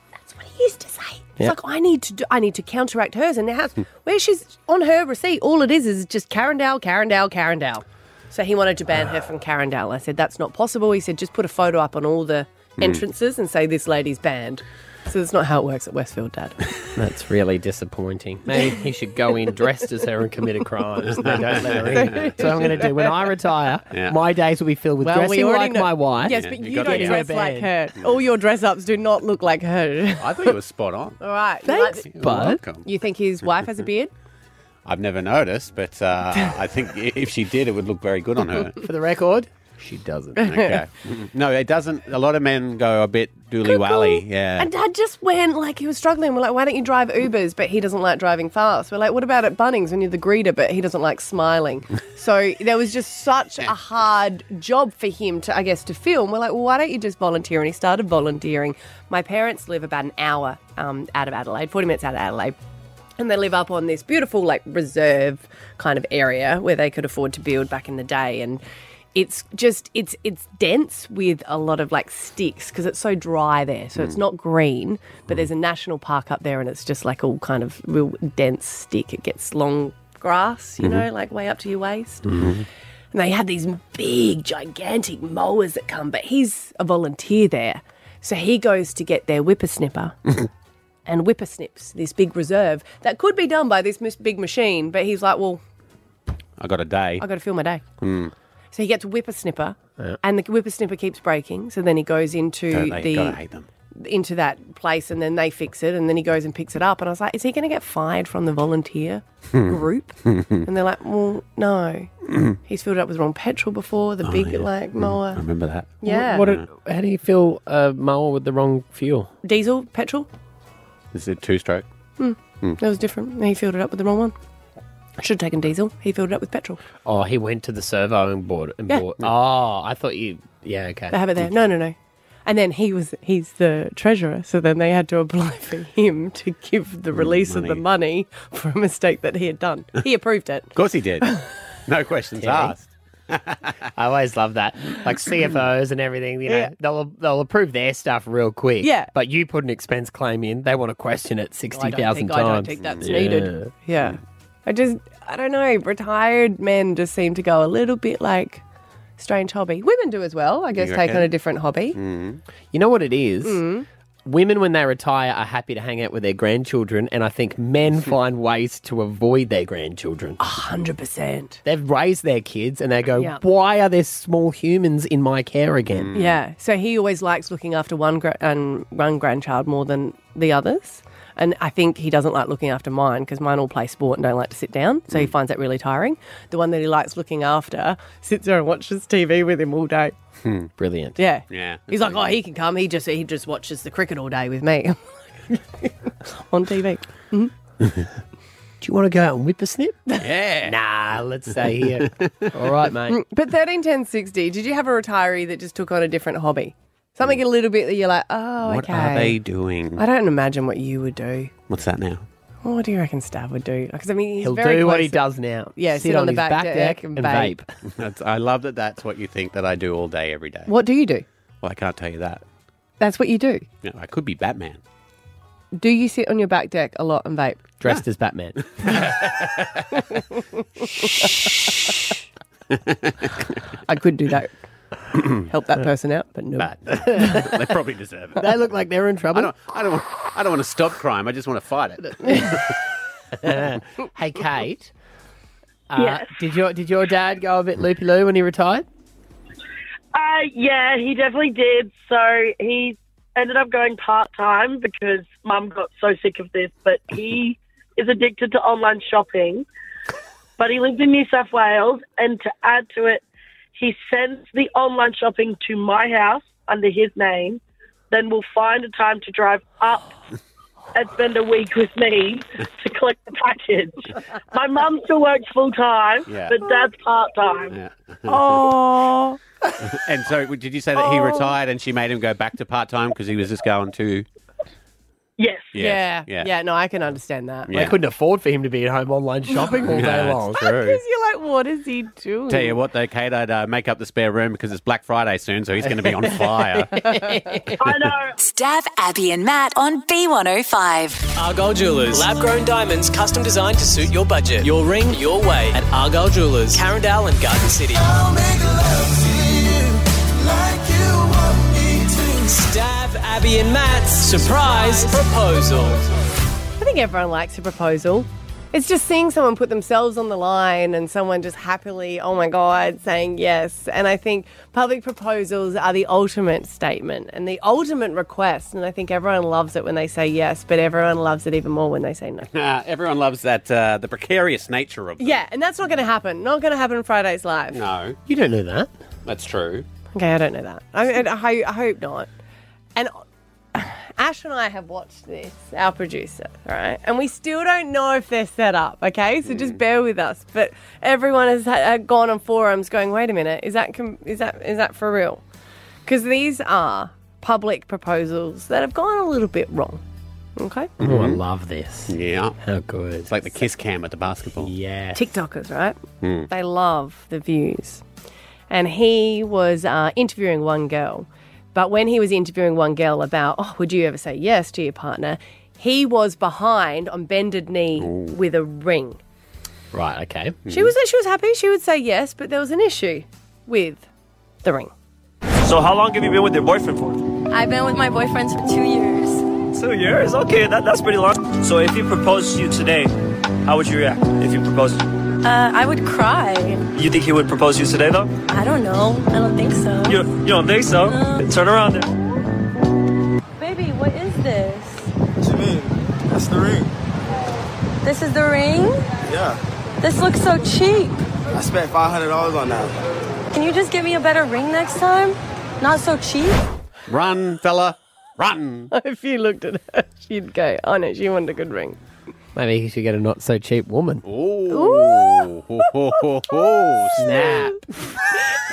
D: he used to say. It's
C: Yeah.
D: like I need to do, I need to counteract hers and now
B: Hmm.
D: where she's on her receipt, all it is is just Carindale, Carindale, Carindale. So he wanted to ban her from Carindale. I said that's not possible. He said just put a photo up on all the
C: Hmm.
D: entrances and say this lady's banned. So that's not how it works at Westfield, Dad.
C: That's really disappointing. Maybe he should go in dressed as her and commit a crime. so they don't let her in. So I'm going to do when I retire.
B: Yeah.
C: My days will be filled with
D: Well, we
C: dressing
D: already
C: like
D: know-
C: my wife.
D: Yes, but you,
C: gotta
D: don't
C: get out
D: dress
C: of
D: like her.
C: bed.
D: All your dress ups do not look like her.
B: I thought you were spot on.
D: All right.
B: Thanks,
D: you
B: bud. welcome.
D: You think his wife has a beard?
B: I've never noticed, but uh, I think i- if she did, it would look very good on her.
C: For the record,
B: She doesn't. Okay. no, it doesn't. A lot of men go a bit dooley wally. Yeah.
D: And dad just went like he was struggling. We're like, why don't you drive Ubers? But he doesn't like driving fast. We're like, what about at Bunnings when you're the greeter? But he doesn't like smiling. so there was just such a hard job for him to, I guess, to film. We're like, well, why don't you just volunteer? And he started volunteering. My parents live about an hour um, out of Adelaide, 40 minutes out of Adelaide. And they live up on this beautiful, like, reserve kind of area where they could afford to build back in the day. And it's just, it's, it's dense with a lot of like sticks because it's so dry there. So it's
C: Mm.
D: not green,
B: Hmm.
D: but there's a national park up there and it's just like all kind of real dense stick. It gets long grass, you know,
B: Mm-hmm.
C: Mhm.
D: like way up to your waist.
O: Mm.
D: And they had these big, gigantic mowers that come, but he's a volunteer there. So he goes to get their whippersnipper and whippersnips this big reserve that could be done by this mis- big machine, but he's like, well,
B: I got a day.
D: I got to fill my day.
B: Mm.
D: So he gets a whippersnipper,
B: Yeah.
D: and the whippersnipper keeps breaking. So then he goes into
B: Don't they?
D: the
B: Gotta hate them.
D: into that place, and then they fix it, and then he goes and picks it up. And I was like, is he going to get fired from the volunteer
B: Hmm.
D: group? and they're like, well, no, he's filled it up with wrong petrol before
B: Oh,
D: the big like mower.
B: Mm, Hmm. remember that.
D: Yeah.
C: What, how do you feel a mower with the wrong fuel?
D: Diesel petrol.
B: Is it two stroke?
D: Hmm.
B: Hmm.
D: That was different. He filled it up with the wrong one. Should have taken diesel. He filled it up with petrol.
C: Oh, he went to the servo and bought it. And
D: Yeah.
C: bought, oh, I thought you. Yeah, okay.
D: They have it there. No, no, no. And then he was he's the treasurer, so then they had to apply for him to give the release of the money for a mistake that he had done. He approved it.
B: Of course he did. No questions
C: Yeah.
B: asked.
C: I always love that. Like CFOs and everything, you know,
D: Yeah.
C: they'll they'll approve their stuff real quick.
D: Yeah. Oh,
C: But you put an expense claim in, they want to question it
D: I
C: sixty
D: don't
C: thousand
D: think-
C: times.
D: I don't think that's needed. Yeah. I just I don't know, retired men just seem to go a little bit like strange hobby. Women do as well, I guess
C: You
D: take
C: reckon?
D: on a different hobby.
B: Mm-hmm.
C: You know what it is?
D: Mm.
C: Women, when they retire, are happy to hang out with their grandchildren, and I think men find ways to avoid their grandchildren. A
D: hundred percent.
C: They've raised their kids, and they go,
D: Yeah. Mm.
C: "Why are there small humans in my care again?"
D: Yeah. So he always likes looking after one gra- and one grandchild more than the others. And I think he doesn't like looking after mine because mine all play sport and don't like to sit down.
C: Mm.
D: So he finds that really tiring. The one that he likes looking after sits there and watches TV with him all day.
C: Hmm. Brilliant.
D: Yeah.
B: Yeah.
D: He's like, oh, he can come. He just he just Mm-hmm. watches the cricket all day with me on TV. Mhm.
C: Do you want to go out and whip a snip?
B: Yeah.
C: nah, let's stay here. All right, mate.
D: Mm, But thirteen ten sixty. Did you have a retiree that just took on a different hobby? Something a little bit that you're like, oh,
B: What
D: okay.
B: are they doing?
D: I don't imagine what you would do.
B: What's that now?
D: What do you reckon Stav would do? Because I mean, he's
C: He'll
D: very
C: do what
D: close
C: he
D: to-
C: does now.
D: Yeah, sit, on, the
C: his
D: back, deck, and vape.
B: That's, I love that that's what you think that I do all day, every day.
D: What do you do?
B: Well, I can't tell you that.
D: That's what you do.
B: You know, I could be Batman.
D: Do you sit on your back deck a lot and vape? Ah.
C: Dressed as Batman.
D: I could do that. Help that person out, but no.
B: they probably deserve it.
C: They look like they're in
B: I
C: trouble.
B: don't, I don't, want, I don't want to stop crime. I just want to fight it.
C: hey, Kate. Uh,
B: Yes.
C: Did your did your dad go a bit loopy loo when he retired?
P: Uh, yeah, he definitely did. So he ended up going part time because mum got so sick of this. But he is addicted to online shopping. But he lives in New South Wales, and to add to it, he sends the online shopping to my house under his name. Then we'll find a time to drive up and spend a week with me to collect the package. My mum still works full time,
B: Yeah.
P: but dad's part time.
D: Oh.
B: and so, did you say that he retired and she made him go back to part time because he was just going to?
P: Yes.
B: Yes,
D: Yeah.
B: yeah.
D: Yeah. No, I can understand that.
B: Yeah.
C: They couldn't afford for him to be at home online shopping all
B: Yeah,
C: day
B: it's
C: long.
B: true.
D: Because you're like, what is he doing?
B: Tell you what, though, Kate, I'd uh, make up the spare room because it's Black Friday soon, so he's going to be on fire.
P: I know.
F: Stab Abby and Matt on B105.
H: Argyle Jewelers. Lab grown diamonds custom designed to suit your budget. Your ring, your way at Argyle Jewelers, Carindale and Garden City. Stab Abby and Matt's surprise proposal.
D: I think everyone likes a proposal. It's just seeing someone put themselves on the line and someone just happily, oh my God, saying yes. And I think public proposals are the ultimate statement and the ultimate request. And I think everyone loves it when they say yes, but everyone loves it even more when they say no.
B: Nah, everyone loves that uh, the precarious nature of.
D: Yeah, and that's not going to happen. Not going to happen in Friday's Live.
B: No,
C: you don't know that.
B: That's true.
D: Okay, I don't know that. I, I, ho- I hope not. And Ash and I have watched this, our producer, right? And we still don't know if they're set up, okay? So just bear with us. But everyone has ha- uh, gone on forums going, wait a minute, is that, com- is that, is that for real? Because these are public proposals that have gone a little bit wrong, okay?
B: Hmm.
C: Oh, I love this.
B: Mm-hmm. Yeah.
C: How good. It's
B: like the kiss cam at the basketball. Yeah.
D: TikTokers, right?
B: Hmm.
D: They love the views. And he was uh, interviewing one girl. But when he was interviewing one girl about, oh, would you ever say yes to your partner? He was behind on bended knee with a ring.
C: Right. Okay.
D: She was she was happy. She would say yes, but there was an issue with the ring.
Q: So how long have you been with your boyfriend for?
J: I've been with my boyfriends for two years.
Q: Two years. Okay, that, that's pretty long. So if he proposed to you today, how would you react if you proposed?
J: Uh, I would cry.
Q: You think he would propose to you today though?
J: I don't know. I don't think so.
Q: You, you don't think so? Turn around then.
J: Baby, what is this?
R: What you mean? That's the ring.
J: This is the ring?
R: Yeah.
J: This looks so cheap.
R: I spent five hundred dollars on that.
J: Can you just give me a better ring next time? Not so cheap?
B: Run, fella, run.
D: if you looked at her, she'd go, oh no, she wanted a good ring.
C: Maybe he should get a not so cheap woman.
B: Ooh.
C: snap.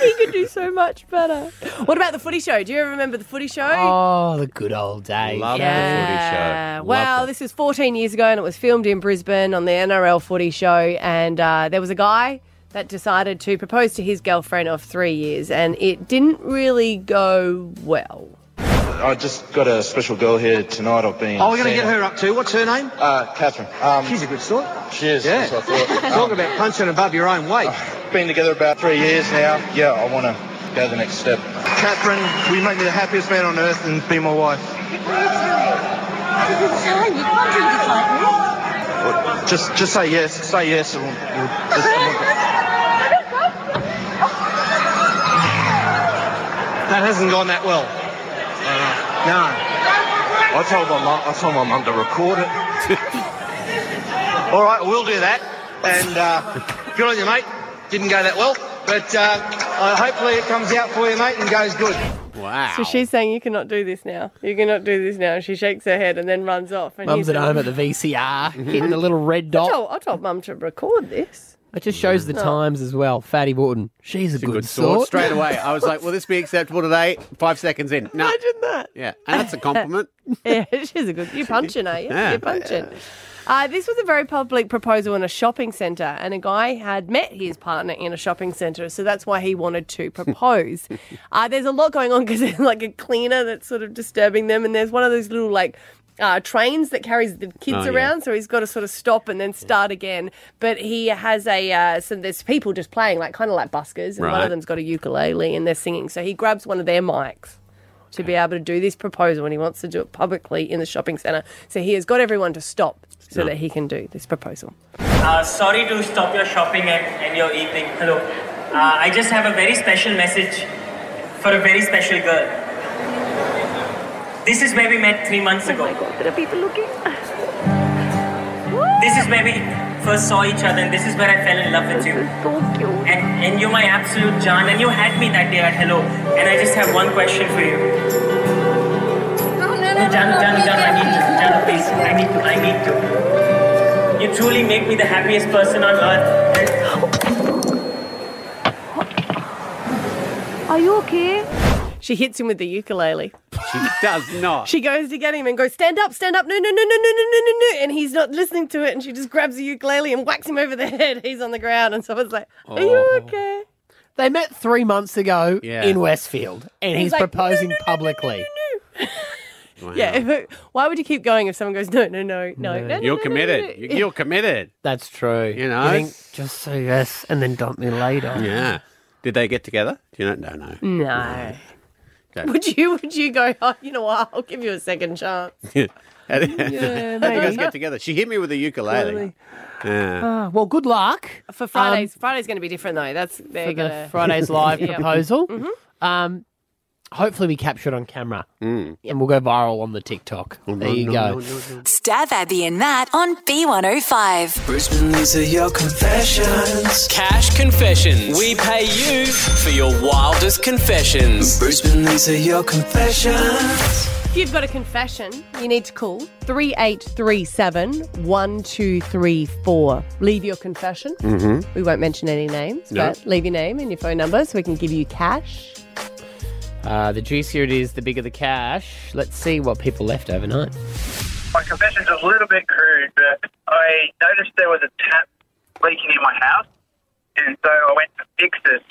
D: he could do so much better. What about the footy show? Do you ever remember the footy show?
C: Oh, the good old days.
B: Love
D: Yeah. Wow, this is 14 years ago and it was filmed in Brisbane on the NRL footy show. And uh, there was a guy that decided to propose to his girlfriend of three years and it didn't really go well.
S: I just got a special girl here tonight. I've been.
T: Oh, we're going to get her up too. What's her name?
S: Uh, Catherine. Um, She's a good sort. She is.
T: Yeah.
S: that's what I thought. Um,
T: Talk about punching above your own weight.
S: Been together about three years now. Yeah, I want to go the next step. Catherine, will you make me the happiest man on earth and be my wife? Just, just say yes. Say yes. And we'll, we'll just,
T: That hasn't gone that well.
S: no. I told my mum. I told my mum to record it. All right, we'll do that.
T: And uh, good on you, mate. Didn't go that well, but uh, uh, hopefully it comes out for you, mate, and goes good.
B: Wow.
D: So she's saying, You cannot do this now. You cannot do this now. She shakes her head and then runs off. And
C: Mum's
D: he's
C: at
D: like,
C: home at the VCR, hitting the little red dot.
D: I told, I told mum to record this.
C: It just shows the
D: Oh.
C: times as well. Fatty Wharton, she's a good, sort.
B: Straight away, I was like, "Will this be acceptable today?" Five seconds in, no.
D: Imagine that.
B: Yeah, and that's a compliment.
D: yeah, she's a good. You're punching, are you?
B: Yeah.
D: You're punching. Uh, this was a very public proposal in a shopping centre, and a guy had met his partner in a shopping centre, so that's why he wanted to propose. uh, there's a lot going on because there's like a cleaner that's sort of disturbing them, and there's one of those little like. Uh, trains that carries the
E: Oh,
D: kids
E: yeah.
D: around, so he's got to sort of stop and then start again. But he has a uh, so there's people just playing like kind of like buskers, and one
E: Right.
D: of them's got a ukulele and they're singing. So he grabs one of their mics to be able to do this proposal and he wants to do it publicly in the shopping centre. So he has got everyone to stop so
U: Stop.
D: that he can do this proposal.
U: Uh, sorry to stop your shopping and, and your evening. Hello. Uh, I just have a very special message for a very special girl. This is where we met three months ago. Oh there are people looking. this is where we first saw each other, and this is where I fell in love with you. so cute. And, and you're my absolute John, and you had me that day at Hello. And I just have one question for you. John, John, John, I need to. John, please. I need to. I need to. You truly make me the happiest person on earth.
D: Are you okay? She hits him with the ukulele.
B: She does not.
D: She goes to get him and goes, Stand up, stand up, no, no, no, no, no, no, no, no, no. And he's not listening to it. And she just grabs the ukulele and whacks him over the head. He's on the ground. And someone's like, Are you
C: Oh.
D: okay?
C: They met three months ago
D: Yeah.
C: in Westfield, and he's,
D: He's like,
C: proposing publicly.
D: Yeah. if- why would you keep going if someone goes, No, no, no, no, no, no,
B: You're
D: no,
B: committed. You- You're committed.
C: That's true.
B: You
C: You
B: know.
C: think, just say yes and then dump me later.
B: yeah. Did they get together? Do you know? No, no.
D: No.
B: Okay.
D: Would you would you go, oh, you know what, I'll give you a second chance.
B: How did, how did you guys
D: maybe.
B: get together? She hit me with a ukulele.
D: Ukulele.
B: Yeah.
C: Ah, well, good luck Um,
D: for Fridays. Friday's going to be different though. That's they're
C: for
D: gonna,
C: the Friday's live
D: Yep.
C: proposal.
D: Mhm.
C: Um, hopefully, we capture it on camera,
B: Mm.
C: and we'll go viral on the TikTok. there you go.
F: no, no, Stab Abby and Matt on B105. Brisbane, these are your confessions.
H: Cash confessions. We pay you for your wildest confessions. Brisbane, these are your confessions.
D: If you've got a confession, you need to call 3837 1234. Leave your confession.
E: Mhm.
D: We won't mention any names,
C: No.
D: but leave your name and your phone number so we can give you cash.
C: Uh, the juicier it is, the bigger the cash. Let's see what people left overnight.
O: My confession's a little bit crude, but I noticed there was a tap leaking in my house, and so I went to fix it.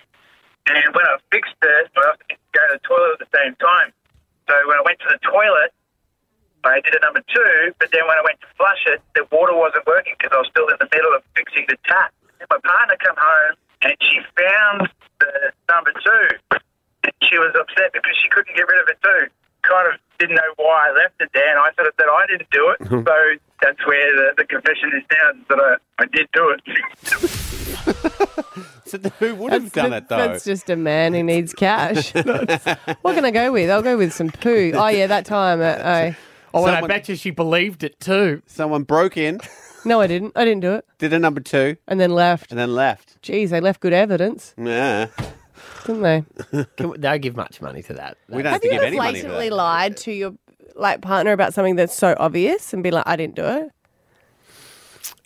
O: And when I fixed it, I also had to go to the toilet at the same time. So when I went to the toilet, I did a number two, but then when I went to flush it, the water wasn't working because I was still in the middle of fixing the tap. And my partner come home, and she found the number two, and she was upset because she couldn't get rid of it too. Kind of didn't know why I left it there, and I sort of said I didn't do it.
R: Mm-hmm.
O: so that's where the, the confession is now that I, I did do it.
B: So who would have done it though?
D: That's just a man who needs cash. what can I go with? I'll go with some poo. Oh, yeah, that time. Uh, oh.
C: bet you she believed it too.
B: Someone broke in,
D: No, I didn't. I didn't do it.
B: did a number two,
D: And then left.
B: and then left.
D: Geez, they left good evidence,
B: Yeah.
D: didn't they?
C: Can we, don't give much money to that.
B: We don't have,
D: Have
B: to
D: you
B: give
D: ever
B: any money to
D: blatantly
B: that.
D: lied to your like partner about something that's so obvious and be like, I didn't do it?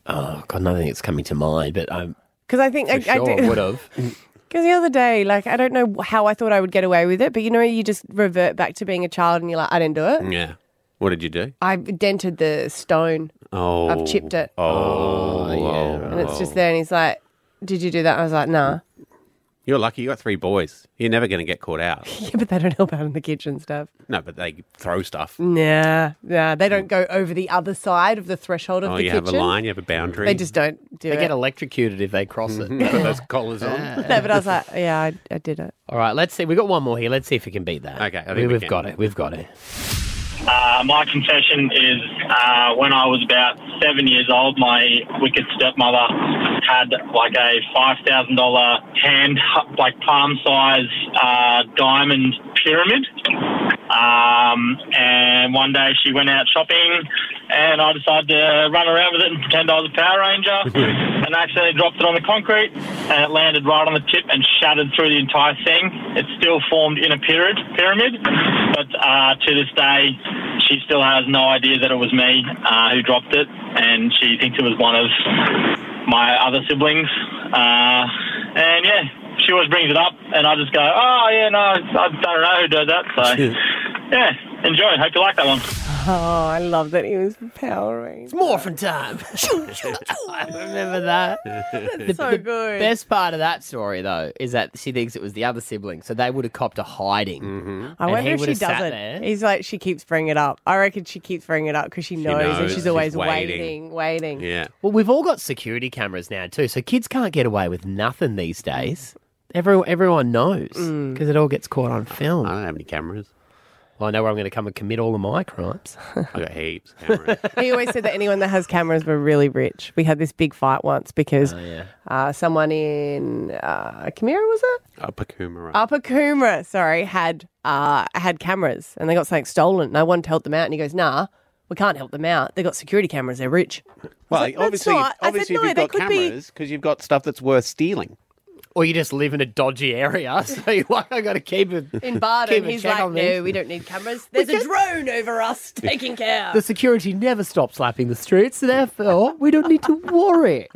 C: Oh God, nothing that's coming to mind. But I'm
D: Because I think
C: for
D: I,
C: sure
D: I do.
C: would have.
D: Because the other day, like, I don't know how I thought I would get away with it, but you know, you just revert back to being a child and you're like, I didn't do it.
B: Yeah. What did you do?
D: I dented the stone.
B: Oh.
D: I've chipped it.
B: Oh.
D: And it's just there. And he's like, Did you do that? I was like, Nah.
B: You're lucky. You got three boys. You're never going to get caught out.
D: Yeah, but they don't help out in the kitchen stuff.
B: No, but they throw stuff.
D: Nah, nah. They don't go over the other side of the threshold of
B: Oh,
D: the
B: you
D: kitchen.
B: have a line. You have a boundary.
D: They just don't do
C: They
D: it.
C: get electrocuted if they cross it.
B: Mhm. Put those collars on.
D: no, but I was like, yeah, I, I did it.
C: All right, let's see. We've got one more here. Let's see if we can beat that. Okay,
B: think
C: we,
B: we
C: have
B: can.
C: got it. We've got it.
V: Uh, my confession is uh, when I was about seven years old, my wicked stepmother had like a five thousand dollar hand, like palm size uh, diamond pyramid. Um, and one day she went out shopping and I decided to run around with it and pretend I was a Power Ranger, and accidentally dropped it on the concrete, and it landed right on the tip and shattered through the entire thing. It still formed in a pyramid, pyramid, but uh, to this day, she still has no idea that it was me uh, who dropped it, and she thinks it was one of my other siblings. Uh, and yeah, she always brings it up, and I just go, "Oh yeah, no, I don't know who did that." So yeah, enjoy. Hope you like that one.
D: Oh, I love that he was powering. It's
C: morphin' time. I remember that.
B: That's
D: so good.
C: Best part of that story though is that she thinks it was the other sibling, so they would have copped a hiding.
B: Mm-hmm.
D: I
C: And
D: wonder
C: he
D: if she
C: would've
D: doesn't.
C: sat there.
D: He's like, she keeps bringing it up. I reckon she keeps bringing it up because she, knows,
C: knows,
D: and
C: she's
D: she's always
C: waiting.
D: waiting, waiting.
B: Yeah.
C: Well, we've all got security cameras now too, so kids can't get away with nothing these days. Every, everyone knows because
B: Mm.
C: it all gets caught on film. I
B: don't have any cameras.
C: Well, I know where I'm going to come and commit all of my crimes.
B: I got heaps. Cameras.
D: he always said that anyone that has cameras were really rich. We had this big fight once because uh, someone in uh, Chimera, was it?
B: Upper Coomera.
D: Upper Coomera, sorry, had uh, had cameras and they got something stolen. No one to help them out. And he goes, nah, we can't help them out. They got security cameras. They're rich.
B: Well,
D: like, "That's
B: obviously,
D: not-" I said,
B: obviously,
D: "No,
B: if
D: they
B: you've got
D: could be-
B: cameras, because you've got stuff that's worth stealing.
C: Or you just live in a dodgy area, so you're like, I got to keep it
D: In
C: keep
D: Barden,
C: a
D: he's
C: check
D: like,
C: on this.
D: no, we don't need cameras. There's a drone over us taking care.
C: The security never stops lapping the streets, therefore we don't need to worry.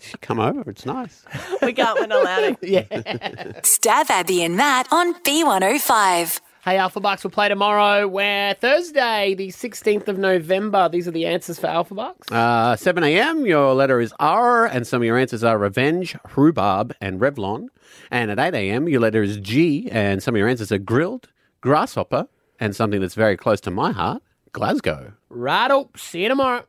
B: She come over. It's nice.
D: we can't win allowed
C: it.
F: Stab Abby and Matt on B105.
C: Hey, Alpha Bucks will play tomorrow. Where Thursday, the 16th of November. These are the answers for Alpha Bucks.
B: Uh, 7 a.m., your letter is R, and some of your answers are revenge, rhubarb, and Revlon. And at 8 a.m., your letter is G, and some of your answers are grilled, grasshopper, and something that's very close to my heart, Glasgow.
C: Right up. See you tomorrow.